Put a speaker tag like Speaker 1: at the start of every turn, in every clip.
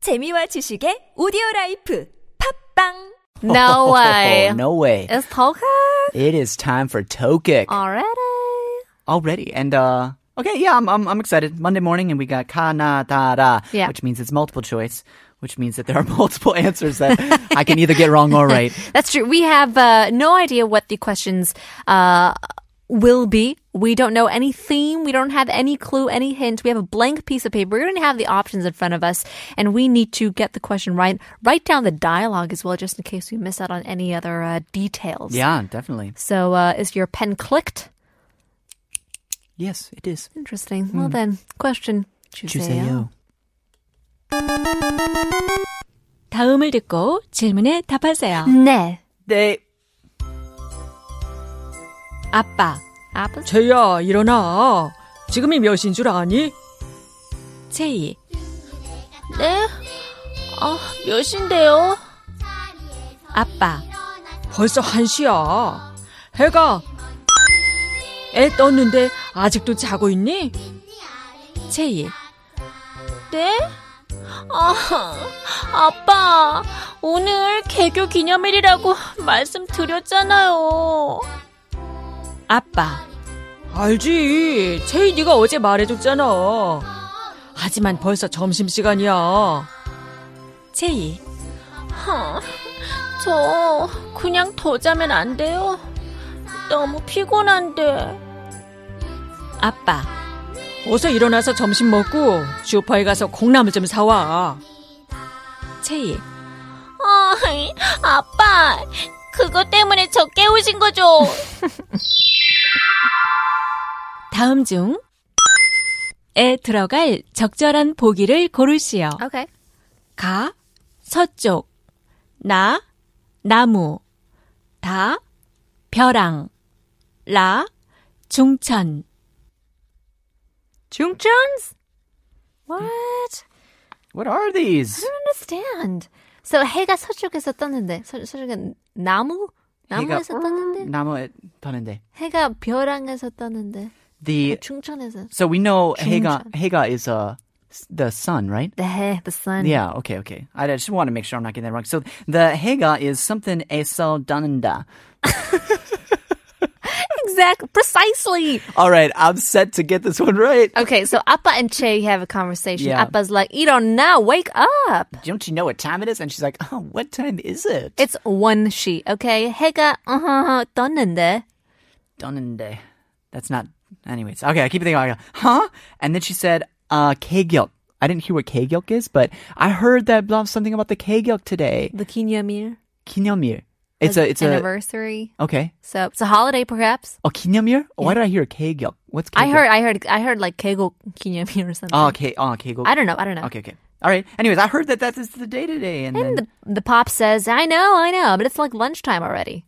Speaker 1: 재미와 지식의 오디오 라이프 팝빵
Speaker 2: Oh, No way.
Speaker 3: Oh, no way.
Speaker 2: It's Tolkien.
Speaker 3: It is time for Tokik
Speaker 2: Already.
Speaker 3: already. And, uh, okay, yeah, I'm, I'm, I'm excited. Monday morning, and we got Kanadara,
Speaker 2: Yeah.
Speaker 3: which means it's multiple choice, which means that there are multiple answers that I can either get wrong or right.
Speaker 2: That's true. We have uh, no idea what the questions uh, will be. We don't know any theme. We don't have any clue, any hint. We have a blank piece of paper. We don't have the options in front of us, and we need to get the question right. Write down the dialogue as well, just in case we miss out on any other uh, details.
Speaker 3: Yeah, definitely.
Speaker 2: So, uh, is your pen clicked?
Speaker 3: Yes, it is.
Speaker 2: Interesting. Well, then, question uh, 주세요.
Speaker 3: 주세요.
Speaker 4: 다음을 듣고 질문에 답하세요.
Speaker 2: 네.
Speaker 3: 네.
Speaker 4: 아빠,
Speaker 2: 아빠.
Speaker 5: 쟤야 일어나 지금이 몇인 줄 아니?
Speaker 4: 제이,
Speaker 6: 네? 아, 몇 시인데요?
Speaker 4: 아빠,
Speaker 5: 벌써 한시야 해가 애 떴는데 아직도 자고 있니?
Speaker 4: 제이,
Speaker 6: 네? 아, 아빠, 오늘 개교 기념일이라고 말씀드렸잖아요.
Speaker 4: 아빠,
Speaker 5: 알지 쟤이 네가 어제 말해줬잖아 하지만 벌써 점심시간이야
Speaker 4: 제이,
Speaker 6: 하, 저 그냥 더 자면 안 돼요? 너무 피곤한데.
Speaker 4: 아빠,
Speaker 5: 어서 일어나서 점심 먹고 슈퍼에 가서 콩나물 좀 사와
Speaker 4: 제이,
Speaker 6: 아, 아빠, 그것 때문에 저 깨우신 거죠?
Speaker 4: 다음 중에 들어갈 적절한 보기를 고르시오.
Speaker 2: Okay.
Speaker 4: 가, 서쪽, 나, 나무, 다, 벼랑, 라, 중천.
Speaker 2: Jungchons? What?
Speaker 3: What are these?
Speaker 2: understand. So 해가 서쪽에서 떴는데 서, 서쪽은 나무 나무에서 떴는데
Speaker 3: 나무에 떴는데.
Speaker 2: 해가 벼랑에서 떴는데
Speaker 3: The
Speaker 2: 충천에서
Speaker 3: so we know Haga
Speaker 2: 중천.
Speaker 3: Haga is uh s- the sun, right?
Speaker 2: 네, the sun.
Speaker 3: Yeah, okay, okay. I just want to make sure I'm not getting that wrong. So the Haga is something esel dananda.
Speaker 2: Exactly, precisely.
Speaker 3: All right, I'm set to get this one right.
Speaker 2: Okay, so Appa and Che have a conversation.
Speaker 3: Yeah.
Speaker 2: Appa's like, "You don't know, wake up."
Speaker 3: Don't you know what time it is? And she's like, oh, what time is it?
Speaker 2: It's one she. Okay, 해가 uh-huh, 떴는데
Speaker 3: Donande. That's not. Anyways, okay, I keep thinking, I go, huh? And then she said, uh, Kegyok. I didn't hear what Kegyok is, but I heard that blah, something about the Kegyok today.
Speaker 2: the 기념일
Speaker 3: Kinyomir. It's a, it's a,
Speaker 2: anniversary.
Speaker 3: okay.
Speaker 2: so it's a holiday, perhaps.
Speaker 3: Oh, Kinyomir? Why did I hear Kegyok? What's Kegyok?
Speaker 2: I heard, I heard, I heard like 개국 기념일 or something.
Speaker 3: Oh, K, oh, Kegyok.
Speaker 2: I don't know. I don't know.
Speaker 3: Okay, okay. All right. Anyways, I heard that that is the day today. And,
Speaker 2: And
Speaker 3: then,
Speaker 2: the, the pop says, I know, I know, but it's like lunchtime already.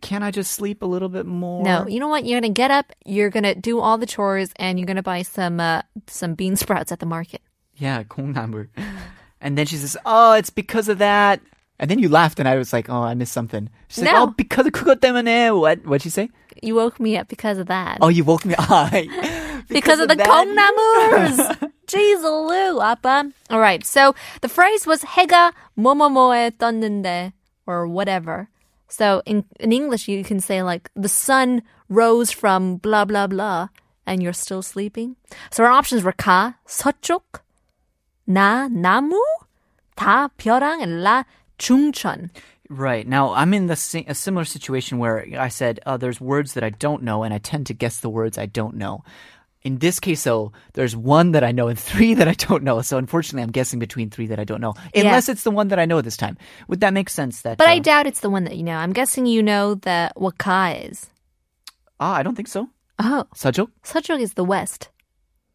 Speaker 3: can I just sleep a little bit more?
Speaker 2: No, you know what? You're going to get up, you're going to do all the chores, and you're going to buy some uh, some bean sprouts at the market.
Speaker 3: Yeah, 콩나물. and then she says, "Oh, it's because of that." And then you laughed, and I was like, "Oh, I missed something." She's like,
Speaker 2: No.
Speaker 3: "Oh, because of 그것 때문에." What? What'd she say?
Speaker 2: You woke me up because of that.
Speaker 3: Oh, you woke me up because,
Speaker 2: because, of the 콩나물's. Jeez Lou, 아빠. All right, so the phrase was 해가 뭐뭐뭐에 떴는데, or whatever. So in, in English, you can say like, the sun rose from blah, blah, blah, and you're still sleeping. So our options were 가, 서쪽, 나, 나무, 다, 벼랑, and 라, 중천.
Speaker 3: Right now, I'm in the si- a similar situation where I said, "Oh, there's words that I don't know," and I tend to guess the words I don't know. In this case, though, there's one that I know and three that I don't know. So unfortunately, I'm guessing between three that I don't know,
Speaker 2: Yeah.
Speaker 3: unless it's the one that I know this time. Would that make sense? That,
Speaker 2: But
Speaker 3: uh,
Speaker 2: I doubt it's the one that you know. I'm guessing you know that what 가 is.
Speaker 3: ah, I don't think so.
Speaker 2: Oh,
Speaker 3: Sajok.
Speaker 2: 서쪽 is the west.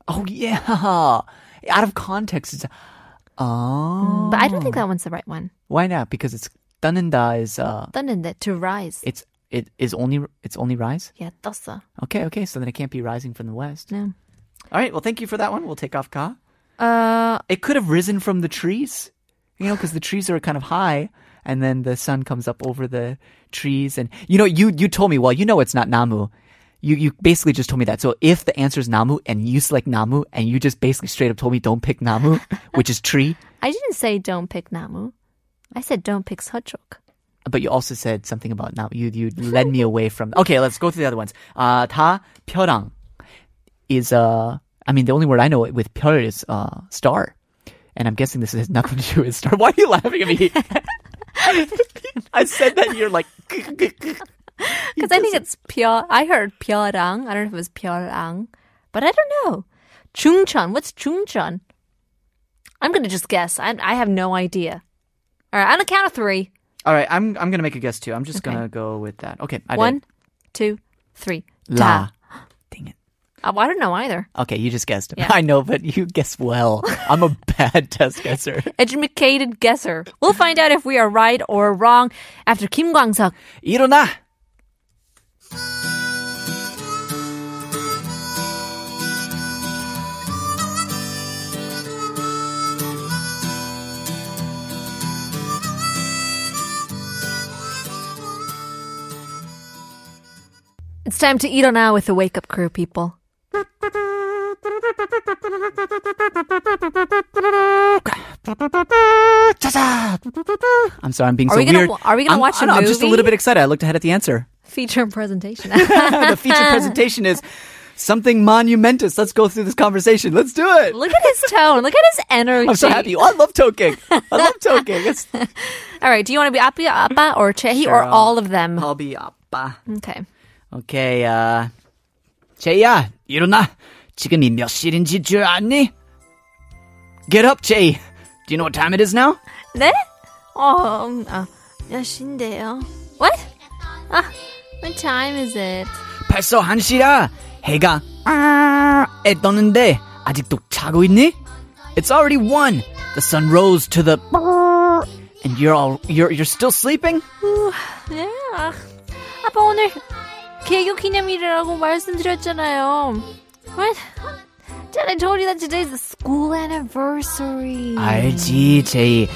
Speaker 3: Oh yeah. Out of context, it's oh.
Speaker 2: But I don't think that one's the right one.
Speaker 3: Why not? Because it's Dananda is uh,
Speaker 2: 떴는데 to rise.
Speaker 3: it's it is only it's only rise.
Speaker 2: yeah, 떴어.
Speaker 3: Okay, okay. So then it can't be rising from the west.
Speaker 2: No.
Speaker 3: All right. Well, thank you for that one. We'll take off ka.
Speaker 2: Uh,
Speaker 3: It could have risen from the trees, you know, because the trees are kind of high, and then the sun comes up over the trees. And you know, you you told me, well, you know, it's not Namu. You you basically just told me that. So if the answer is Namu and you select Namu and you just basically straight up told me don't pick Namu, which is tree,
Speaker 2: I didn't say don't pick Namu. I said don't pick Sejok.
Speaker 3: but you also said something about Namu. You you led me away from. Okay, let's go through the other ones. Uh, 다 펴랑 is uh I mean the only word I know with 별 is uh star, and I'm guessing this has nothing to do with star. Why are you laughing at me? I said that and you're like.
Speaker 2: Because I think it's Pyo. I heard Pyorang. I don't know if it was Pyorang, but I don't know. Chungcheon. What's Chungcheon? I'm gonna just guess. I I have no idea. All right, on a count of three.
Speaker 3: All right, I'm I'm gonna make a guess too. I'm just gonna go with that. Okay, I did.
Speaker 2: One, two, three.
Speaker 3: la.
Speaker 2: Ta.
Speaker 3: Dang it.
Speaker 2: Oh, I don't know either.
Speaker 3: Okay, you just guessed. I know, but you guess well. I'm a bad test guesser.
Speaker 2: Educated guesser. We'll find out if we are right or wrong after Kim Kwang Suk.
Speaker 3: 일어나.
Speaker 2: It's time to eat on now with the wake up crew, people.
Speaker 3: I'm sorry, I'm being
Speaker 2: Are
Speaker 3: so
Speaker 2: we gonna
Speaker 3: weird.
Speaker 2: wa- are we gonna
Speaker 3: I'm-
Speaker 2: watch
Speaker 3: I
Speaker 2: a
Speaker 3: know, I'm just a
Speaker 2: movie?
Speaker 3: little bit excited. I looked ahead at the answer.
Speaker 2: Feature presentation.
Speaker 3: the feature presentation is something monumentous. Let's go through this conversation. Let's do it.
Speaker 2: Look at his tone. Look at his energy.
Speaker 3: I'm so happy. Oh, I love toking. I love toking. It's
Speaker 2: All right. Do you want to be Appi, Appa, or Chehi, or
Speaker 3: Sure, I'll-
Speaker 2: all of them?
Speaker 3: hobby 아빠.
Speaker 2: Okay.
Speaker 3: 오케이, 아, 제이야, 일어나. 지금이 몇 시인지 줄 아니? Get up, Jay. Do you know what time it is now?
Speaker 2: 네? 어, 음, 아, 몇 시인데요? What? 아, what time is it?
Speaker 3: 벌써 한시라 해가 아에 떴는데 아직도 자고 있니? It's already one. The sun rose to the and you're all you're you're still sleeping?
Speaker 2: 네, 아, 아빠 오늘 개교 기념일이라고 말씀드렸잖아요. What? Dad, I told you that today's the school anniversary.
Speaker 3: 알지, 제이.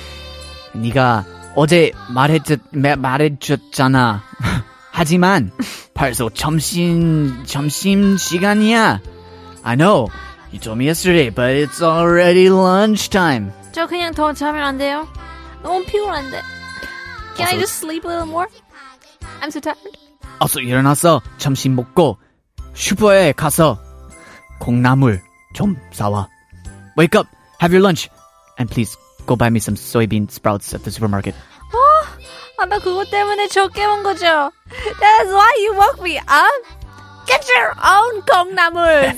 Speaker 3: 네가 어제 말했듯 마- 말해줬잖아. 하지만 벌써 점심 점심 시간이야. I know. You told me yesterday, but it's already lunchtime.
Speaker 2: 저 그냥 더 자면 안 돼요? 너무 피곤한데. Can I
Speaker 3: 어서-
Speaker 2: just sleep a little more? I'm so tired.
Speaker 3: 어서 일어나서 점심 먹고 슈퍼에 가서 콩나물 좀 사와. Wake up, have your lunch, and please go buy me some soybean sprouts at the supermarket.
Speaker 2: 아빠 그것 때문에 저 깨운 거죠. That's why you woke me up. Get your own 콩나물.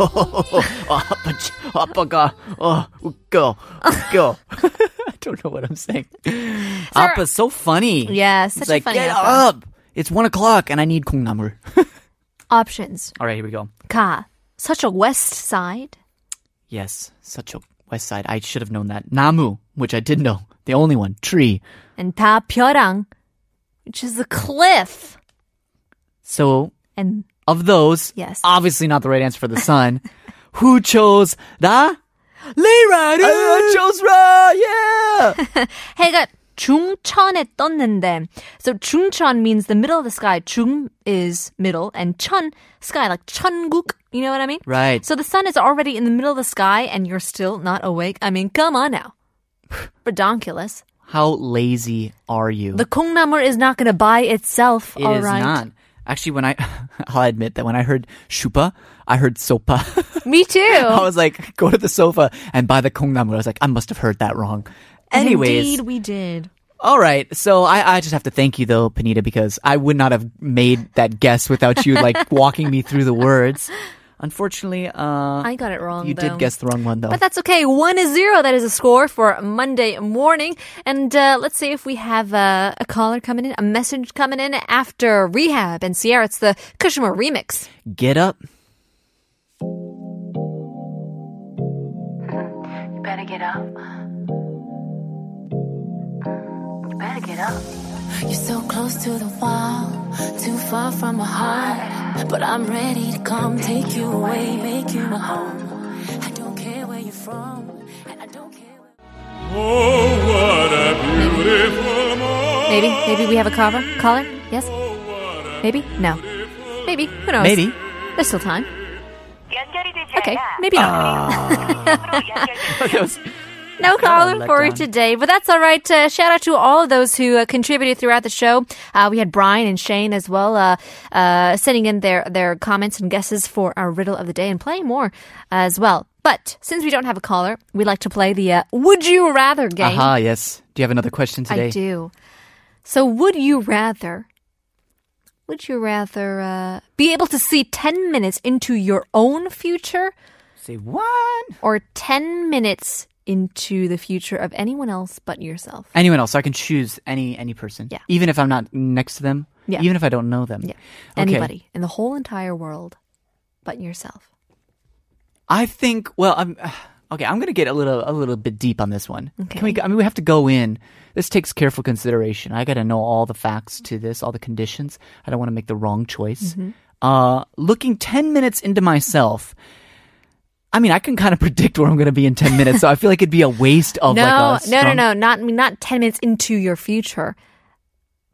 Speaker 3: Oh, 아빠, 아빠가 어 웃겨 웃겨. I don't know what I'm saying. Appa's so funny.
Speaker 2: Yeah, such
Speaker 3: it's
Speaker 2: a
Speaker 3: like
Speaker 2: funny
Speaker 3: get
Speaker 2: Appa."
Speaker 3: up. It's one o'clock and I need 콩나물.
Speaker 2: Options.
Speaker 3: All right, here we go.
Speaker 2: 가. Such a west side.
Speaker 3: Yes, such a West Side. I should have known that. Namu, which I did know. The only one. Tree.
Speaker 2: And 다 벼랑. Which is a cliff.
Speaker 3: So,
Speaker 2: And
Speaker 3: of those,
Speaker 2: Yes.
Speaker 3: obviously not the right answer for the sun. Who chose the Lay
Speaker 2: Uh,
Speaker 3: Rider? I chose Ra, yeah!
Speaker 2: 해가 중천에 떴는데. So 중천 means the middle of the sky. 중 is middle and 천 sky like 천국. You know what I mean?
Speaker 3: right.
Speaker 2: So the sun is already in the middle of the sky and you're still not awake. I mean, come on now. Redonkulous.
Speaker 3: How lazy are you?
Speaker 2: The Kongnamur is not going to buy itself,
Speaker 3: It is
Speaker 2: all right?
Speaker 3: not. Actually, when I, I'll admit that when I heard Shupa, I heard Sopa.
Speaker 2: Me
Speaker 3: I
Speaker 2: too.
Speaker 3: was like, go to the sofa and buy the Kongnamur. I was like, I must have heard that wrong. Anyways.
Speaker 2: Indeed, we did.
Speaker 3: All right. So I, I just have to thank you though, Panita, because I would not have made that guess without you like walking me through the words. Unfortunately, uh,
Speaker 2: I got it wrong.
Speaker 3: you
Speaker 2: though.
Speaker 3: did guess the wrong one though.
Speaker 2: But that's okay. One is zero. That is a score for Monday morning. And uh, let's see if we have uh, a caller coming in, a message coming in after rehab and Sierra. It's the Kushima remix.
Speaker 3: Get up.
Speaker 7: Better get up. Better get up. You're so close to the wall, too far from my heart. But I'm ready to come take you away, make you my home. I don't care where you're from, and I don't care. where-
Speaker 2: Maybe, maybe we have a caller. Caller? Yes. Maybe. No. Maybe. Who knows?
Speaker 3: Maybe.
Speaker 2: There's still time.
Speaker 8: 연결이 되지
Speaker 2: Okay.
Speaker 8: 않아
Speaker 2: Maybe not.
Speaker 8: 앞으로 연결될
Speaker 3: That was-
Speaker 2: No
Speaker 3: Oh,
Speaker 2: caller
Speaker 3: let
Speaker 2: for
Speaker 3: down.
Speaker 2: today, but that's all right. Uh, shout out to all of those who uh, contributed throughout the show. Uh, we had Brian and Shane as well uh, uh, sending in their, their comments and guesses for our riddle of the day and playing more uh, as well. But since we don't have a caller, we like to play the uh, Would You Rather game.
Speaker 3: Aha, yes. Do you have another question Uh-huh, today?
Speaker 2: I do. So, would you rather? Would you rather uh, be able to see ten minutes into your own future,
Speaker 3: Say what?
Speaker 2: or ten minutes into the future of anyone else but yourself?
Speaker 3: Anyone else? I can choose any any person.
Speaker 2: Yeah.
Speaker 3: Even if I'm not next to them.
Speaker 2: Yeah.
Speaker 3: Even if I don't know them.
Speaker 2: Yeah.
Speaker 3: Okay.
Speaker 2: Anybody in the whole entire world but yourself.
Speaker 3: I think. Well, I'm okay. I'm gonna get a little a little bit deep on this one.
Speaker 2: Okay.
Speaker 3: Can we? go- I mean, we have to go in. This takes careful consideration. I got to know all the facts to this, all the conditions. I don't want to make the wrong choice.
Speaker 2: Mm-hmm.
Speaker 3: Uh, looking ten minutes into myself. I mean, I can kind of predict where I'm going to be in ten minutes, so I feel like it'd be a waste of
Speaker 2: no,
Speaker 3: like a
Speaker 2: no, no,
Speaker 3: strong-
Speaker 2: no, not not 10 minutes into your future.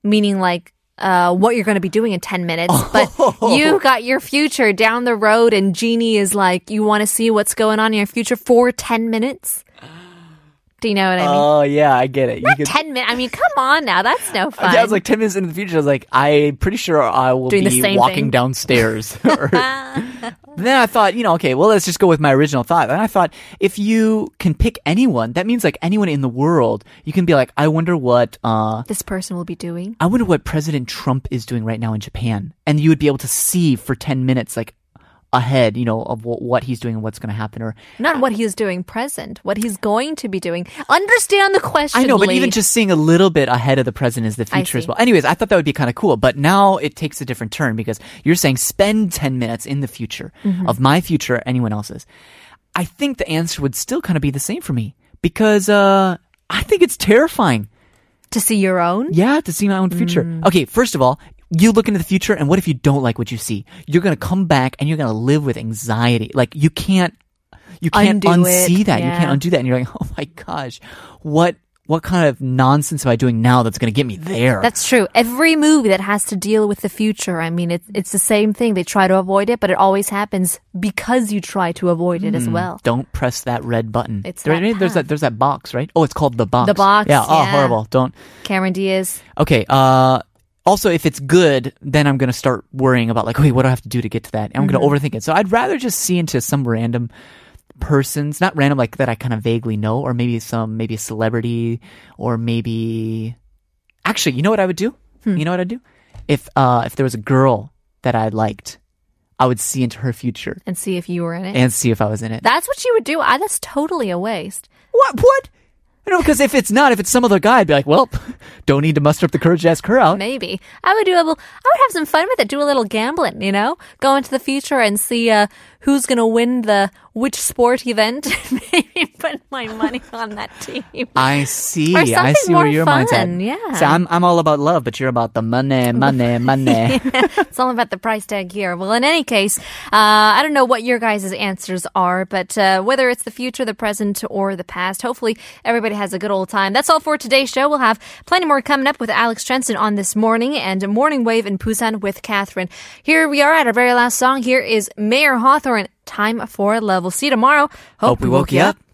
Speaker 2: Meaning like uh, what you're going to be doing in 10 minutes, but you got your future down the road and Genie is like, you want to see what's going on in your future for 10 minutes? Do you know what I mean?
Speaker 3: Oh yeah, I get it. You could-
Speaker 2: 10 minutes. I mean, come on now. That's no fun.
Speaker 3: Uh, Yeah, I was like ten minutes into the future. I was like, I'm pretty sure I will
Speaker 2: Doing the
Speaker 3: be
Speaker 2: same
Speaker 3: walking
Speaker 2: thing.
Speaker 3: downstairs. Or- then I thought, you know, okay, well, let's just go with my original thought. And I thought, if you can pick anyone, that means like anyone in the world, you can be like, I wonder what, uh,
Speaker 2: this person will be doing.
Speaker 3: I wonder what President Trump is doing right now in Japan, and you would be able to see for ten minutes, like ahead, you know, of wh- what he's doing and what's going to happen, or
Speaker 2: Not what he is doing present, what he's going to be doing. Understand the question.
Speaker 3: I know, but
Speaker 2: Lee.
Speaker 3: even just seeing a little bit ahead of the present is the
Speaker 2: I
Speaker 3: future as
Speaker 2: see.
Speaker 3: well. Anyways, I thought that would be kind of cool, but now it takes a different turn because you're saying spend 10 minutes in the future
Speaker 2: Mm-hmm.
Speaker 3: of my future, anyone else's. I think the answer would still kind of be the same for me because, uh, I think it's terrifying.
Speaker 2: to see your own.
Speaker 3: Yeah, to see my own future.
Speaker 2: Mm.
Speaker 3: Okay, first of all, you look into the future, and what if you don't like what you see? You're gonna come back and you're gonna live with anxiety. Like you can't, you can't
Speaker 2: Undo it,
Speaker 3: unsee that. You
Speaker 2: yeah.
Speaker 3: can't undo that. And you're like, oh my gosh, what what kind of nonsense am I doing now that's gonna get me there?
Speaker 2: That's true. Every movie that has to deal with the future, I mean, it's it's the same thing. They try to avoid it, but it always happens because you try to avoid it as well.
Speaker 3: don't press that red button.
Speaker 2: It's
Speaker 3: There-
Speaker 2: that
Speaker 3: I mean, there's
Speaker 2: path.
Speaker 3: that there's that box, right? Oh, it's called the box.
Speaker 2: The box,
Speaker 3: Yeah. Oh,
Speaker 2: yeah.
Speaker 3: horrible. Don't.
Speaker 2: Cameron Diaz.
Speaker 3: Okay. Uh, also, if it's good, then I'm going to start worrying about like, wait, what do I have to do to get to that? And I'm going to overthink it. So I'd rather just see into some random persons, not random like that I kind of vaguely know, or maybe some, maybe a celebrity, or maybe. Actually, you know what I would do? You know what I'd do? If uh, if there was a girl that I liked, I would see into her future
Speaker 2: And see if you were in it.
Speaker 3: and see if I was in it.
Speaker 2: that's what you would do. I, that's totally a waste.
Speaker 3: What? What? You know, because if it's not, if it's some other guy, I'd be like, well, don't need to muster up the courage to ask her out.
Speaker 2: Maybe I would do a little. I would have some fun with it. Do a little gambling. You know, go into the future and see uh, who's gonna win the which sport event. Maybe put my money on that team.
Speaker 3: I see.
Speaker 2: Or
Speaker 3: I
Speaker 2: something
Speaker 3: see where
Speaker 2: more
Speaker 3: your mind's at.
Speaker 2: fun, yeah.
Speaker 3: So I'm I'm all about love, but you're about the money, money, money.
Speaker 2: it's all about the price tag here. Well, in any case, uh, I don't know what your guys' answers are, but uh, whether it's the future, the present, or the past, hopefully everybody has a good old time. That's all for today's show. We'll have plenty more coming up with Alex Trenson on this morning and Morning Wave in Busan with Catherine. Here we are at our very last song. Here is Mayor Hawthorne, Time for Love. We'll see you tomorrow.
Speaker 3: Hope we woke you up.